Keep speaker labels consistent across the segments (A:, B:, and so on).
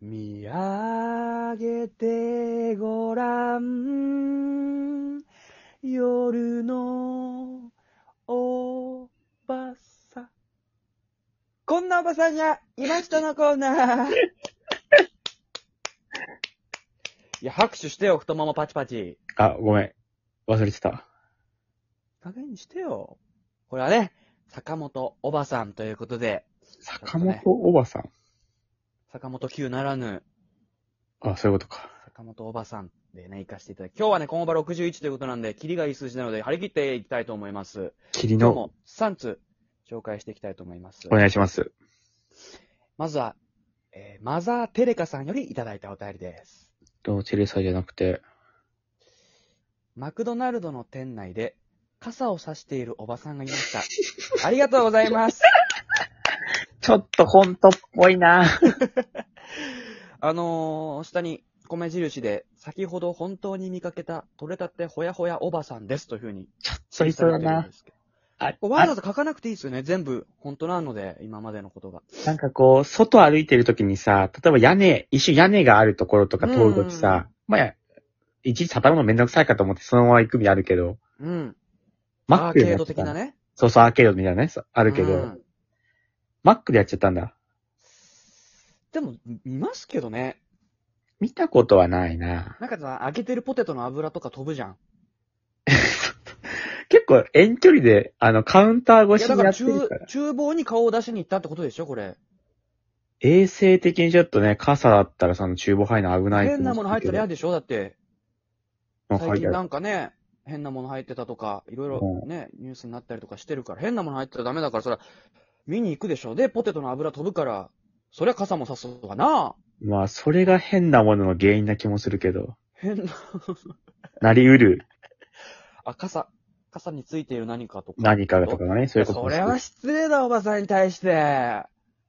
A: 見上げてごらん。夜のおばさん。こんなおばさんがいましたのコー ナー。いや、拍手してよ、太ももパチパチ。
B: あ、ごめん。忘れてた。
A: 加減にしてよ。これはね、坂本おばさんということで、
B: 坂本おばさん。
A: 坂本九ならぬ、
B: あ、そういうことか。
A: 坂本おばさんでね、行かせていただき、今日はね、今後は61ということなんで、キリがいい数字なので、張り切っていきたいと思います。
B: 霧
A: 今日
B: の、
A: も3つ紹介していきたいと思います
B: お。願いします。
A: まずは、えーマザー・テレカさんよりいただいたお便りです。
B: と、テレサじゃなくて、
A: マクドナルドの店内で、傘を差しているおばさんがいま した。ありがとうございます。
B: ちょっと本当っぽいな。
A: あのー、下に米印で、先ほど本当に見かけた、取れたてほやほやおばさんですというふうに、
B: そういそうだな。。あ、
A: わざ
B: あ
A: わざ書かなくていいですよね。全部、本当なので、今までのことが。
B: なんかこう、外歩いてるときにさ、例えば屋根、一瞬屋根があるところとか通るときさ、まあ、いちいち畳むのめんどくさいかと思ってそのまま行く意味あるけど、
A: うん。
B: マッ
A: アー
B: クで
A: ケ
B: や
A: ード
B: っちゃっ
A: 的な
B: た。
A: ね。
B: そうそう、アーケードみたいなね、そうあ
A: あ
B: るけど、マックでやっちゃったんだ。
A: でも、見ますけどね。
B: 見たことはないな。
A: なんかさ、揚げてるポテトの油とか飛ぶじゃん。
B: 結構遠距離で、あの、カウンター
A: い
B: 越
A: や、
B: し
A: だ
B: に
A: から
B: やってる
A: 厨
B: から、、
A: 厨房に顔を出しに行ったってことでしょ、これ。
B: 衛生的にちょっとね、傘だったらその厨房入るの危ない
A: 変なもの入ったら嫌
B: で。
A: でしょだって、
B: なんか入
A: 最
B: って
A: 近
B: たよ
A: なんかね、変なもの入ってたとか、いろいろね、ニュースになったりとかしてるから、変なもの入ってたらダメだから、そりゃ、見に行くでしょ。で、ポテトの油飛ぶから、そりゃ傘もさすわな。
B: まあ、それが変なものの原因な気もするけど、
A: 変な、
B: なりうる
A: あ、傘、傘についている何かとか。
B: 何かがとかがね、そういうこと
A: そ
B: もす
A: れ
B: る
A: は失礼だ、おばさんに対して。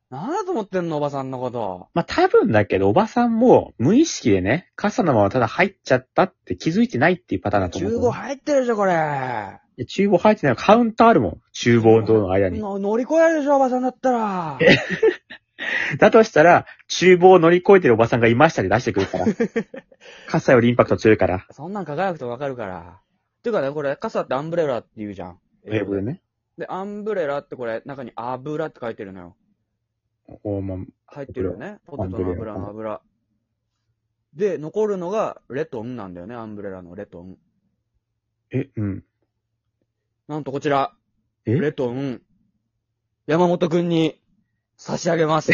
A: なんだと思ってんの、おばさんのこと。
B: まあ、多分だけど、おばさんも無意識でね、傘のままただ入っちゃったって気づいてないっていうパターンだと思う。
A: 厨房入ってるでしょ、これ。
B: いや厨房入ってない。カウンターあるもん。厨房との間に。
A: の乗り越えるでしょ、おばさんだったら。
B: だとしたら、厨房を乗り越えてるおばさんがいましたで出して くるから。傘よりインパクト強いから。
A: そんなん輝くとわかるから。てかね、これ、傘ってアンブレラって言うじゃん。
B: 英語でね。
A: で、アンブレラってこれ、中に油って書いてるのよ。
B: おまあ
A: 入ってるよね。ポテト
B: アン
A: の
B: ブレラ
A: 油の油。で、残るのが、レトンなんだよね、アンブレラのレトン。
B: え、うん。
A: なんとこちら、
B: え
A: レトン、山本くんに差し上げます。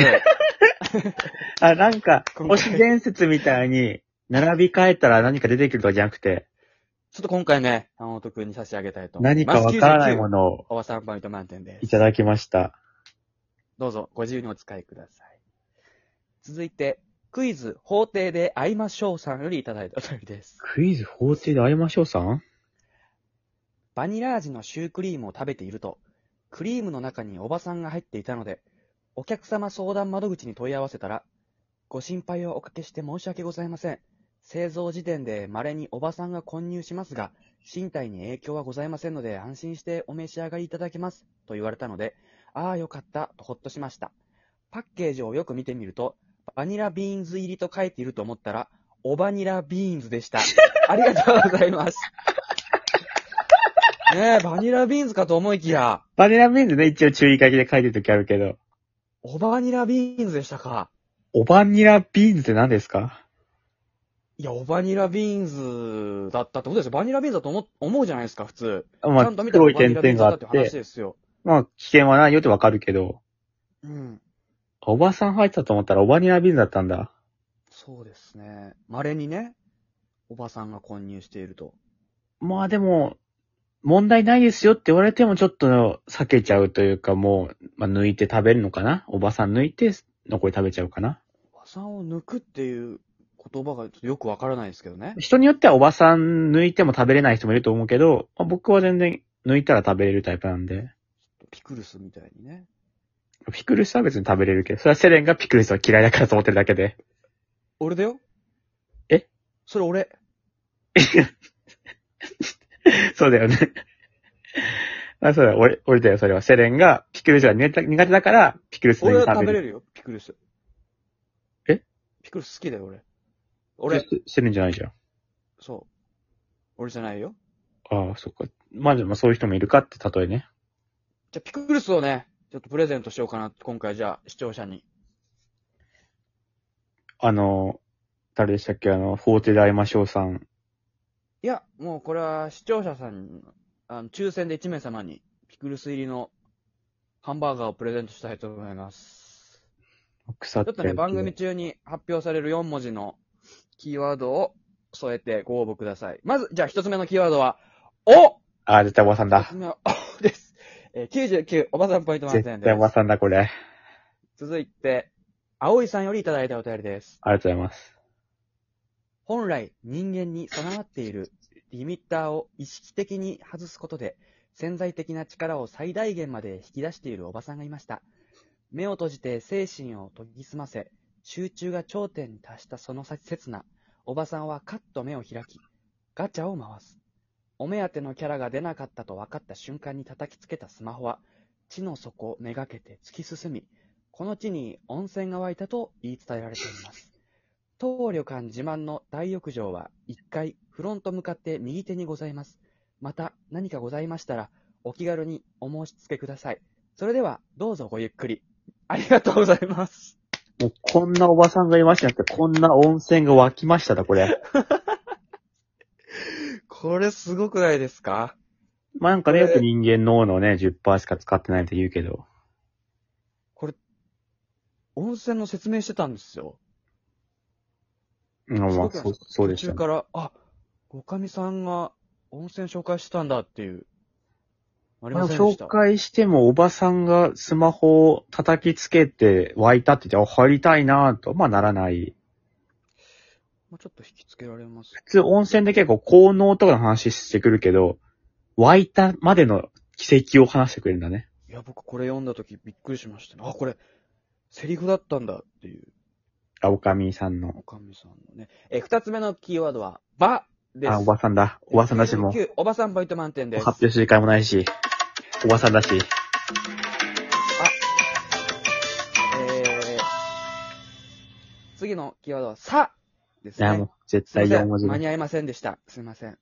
B: あ、なんか、
A: 今回
B: 都市伝説みたいに、並び替えたら何か出てくるとかじゃなくて、
A: ちょっと今回ね、山本くんに差し上げたいと思い
B: 何
A: ます。
B: かわからないも
A: の。
B: のを
A: おばさんポイント満点で
B: い
A: す。
B: ただきました。
A: どうぞ、ご自由にお使いください。続いて、クイズ、法廷で会いましょうさんよりいただいたお便りです。
B: クイズ法廷で会いましょうさん
A: バニラ味のシュークリームを食べていると、クリームの中におばさんが入っていたので、お客様相談窓口に問い合わせたら、ご心配をおかけして申し訳ございません。製造時点で稀におばさんが混入しますが、身体に影響はございませんので安心してお召し上がりいただけます。と言われたので、ああよかった、とほっとしました。パッケージをよく見てみると、バニラビーンズ入りと書いていると思ったら、おバニラビーンズでした。ありがとうございます。ねえ、バニラビーンズかと思いきや、
B: バニラビーンズね、一応注意書きで書いてる時あるけど。
A: おバニラビーンズでしたか。
B: おバニラビーンズって何ですか
A: いや、おバニラビーンズだったってことですよ。バニラビーンズだと思思うじゃないですか、普通。
B: ま
A: ちゃ
B: あ、
A: んと見たら
B: 黒
A: お
B: い
A: バニ
B: 点
A: ラビーン
B: 々
A: ズだ
B: が
A: っ
B: あ
A: た
B: っ
A: って話
B: て、
A: ですよ。
B: まあ、危険はないよってわかるけど、
A: うん。
B: おばさん入ってたと思ったらおバニラビーンズだったんだ。
A: そうですね。稀にね、おばさんが混入していると。
B: まあでも、問題ないですよって言われてもちょっと避けちゃうというかもう、まあ抜いて食べるのかなおばさん抜いて残り食べちゃうかな
A: おばさんを抜くっていう言葉がちょっとよくわからないですけどね。
B: 人によってはおばさん抜いても食べれない人もいると思うけど、まあ、僕は全然抜いたら食べれるタイプなんで。
A: ピクルスみたいにね。
B: ピクルスは別に食べれるけど、それはセレンがピクルスは嫌いだからと思ってるだけで。
A: 俺だよ
B: え
A: それ俺。
B: そうだよね。 あそうだ、俺、俺だよ、それは。セレンが、ピクルスが苦手苦手だから、ピクルス
A: 俺
B: の
A: は食
B: 食
A: べ
B: べ
A: れ
B: る。
A: るよ、ピクルス。
B: え
A: ピクルス好きだよ、俺。俺、
B: してしてるんじゃないじゃん。
A: そう。俺じゃないよ。
B: ああ、そっか。まあでもそういう人もいるかって例えね。
A: じゃあ、ピクルスをね、ちょっとプレゼントしようかな。今回、じゃあ、視聴者に。
B: あの、誰でしたっけあの、法廷で会いましょうさん。
A: いや、もうこれは視聴者さんに、あの、抽選で1名様に、ピクルス入りのハンバーガーをプレゼントしたいと思います。
B: 腐っ
A: ちょ
B: て
A: っとね、番組中に発表される4文字のキーワードを添えてご応募ください。まず、じゃあ一つ目のキーワードは、お
B: ああ、絶対おばさん
A: 一
B: だ
A: つ。目は、おです。えー99、おばさんポイント満
B: 絶
A: 点で
B: 対おば
A: す。
B: さんだ、これ。
A: 続いて、葵さんよりいただいたお便りです。
B: ありがとうございます。
A: 本来人間に備わっているリミッターを意識的に外すことで潜在的な力を最大限まで引き出しているおばさんがいました。目を閉じて精神を研ぎ澄ませ、集中が頂点に達したその刹那、おばさんはカッと目を開き、ガチャを回す。お目当てのキャラが出なかったと分かった瞬間に叩きつけたスマホは、地の底めがけて突き進み、この地に温泉が湧いたと言い伝えられています。当旅館自慢の大浴場は1階、フロント向かって右手にございます。また何かございましたら、お気軽にお申し付けください。それでは、どうぞごゆっくり。ありがとうございます。
B: もうこんなおばさんがいましたって、こんな温泉が湧きましただ、これ。
A: これすごくないですか
B: まあなんかね、よく人間脳のね、10%しか使ってないって言うけど。
A: 温泉の説明してたんですよ。
B: うん、まあ
A: すごく
B: そう、そうでし
A: 途
B: た
A: 中か
B: ね。
A: ら、あ、おかみさんが温泉紹介してたんだっていう。あり
B: ま
A: ま
B: あ
A: せんでし
B: 紹
A: た。
B: 介しても、おばさんがスマホを叩きつけて湧いたって言って、あ、入りたいなぁと、まあならない。
A: もうちょっと引きつけられます。
B: 普通温泉で結構効能とかの話してくるけど、湧いたまでの奇跡を話してくれるんだね。
A: いや、僕これ読んだ時びっくりしましたね。あ、これ、セリフだったんだっていう。
B: あ、おかみさん
A: お
B: の。
A: かみさんのね。えー、二つ目のキーワードは、ばです。
B: あ、おばさんだ。おばさんだしもう、
A: 99おばさんポイント満点です。
B: 発表する会もないし、おばさんだし。
A: えー、次のキーワードは、さです
B: いや、
A: ね。
B: もう、絶
A: すいま
B: 対
A: せ
B: 4
A: ん
B: 文字
A: 間
B: で。
A: に合いませんでした。すいません。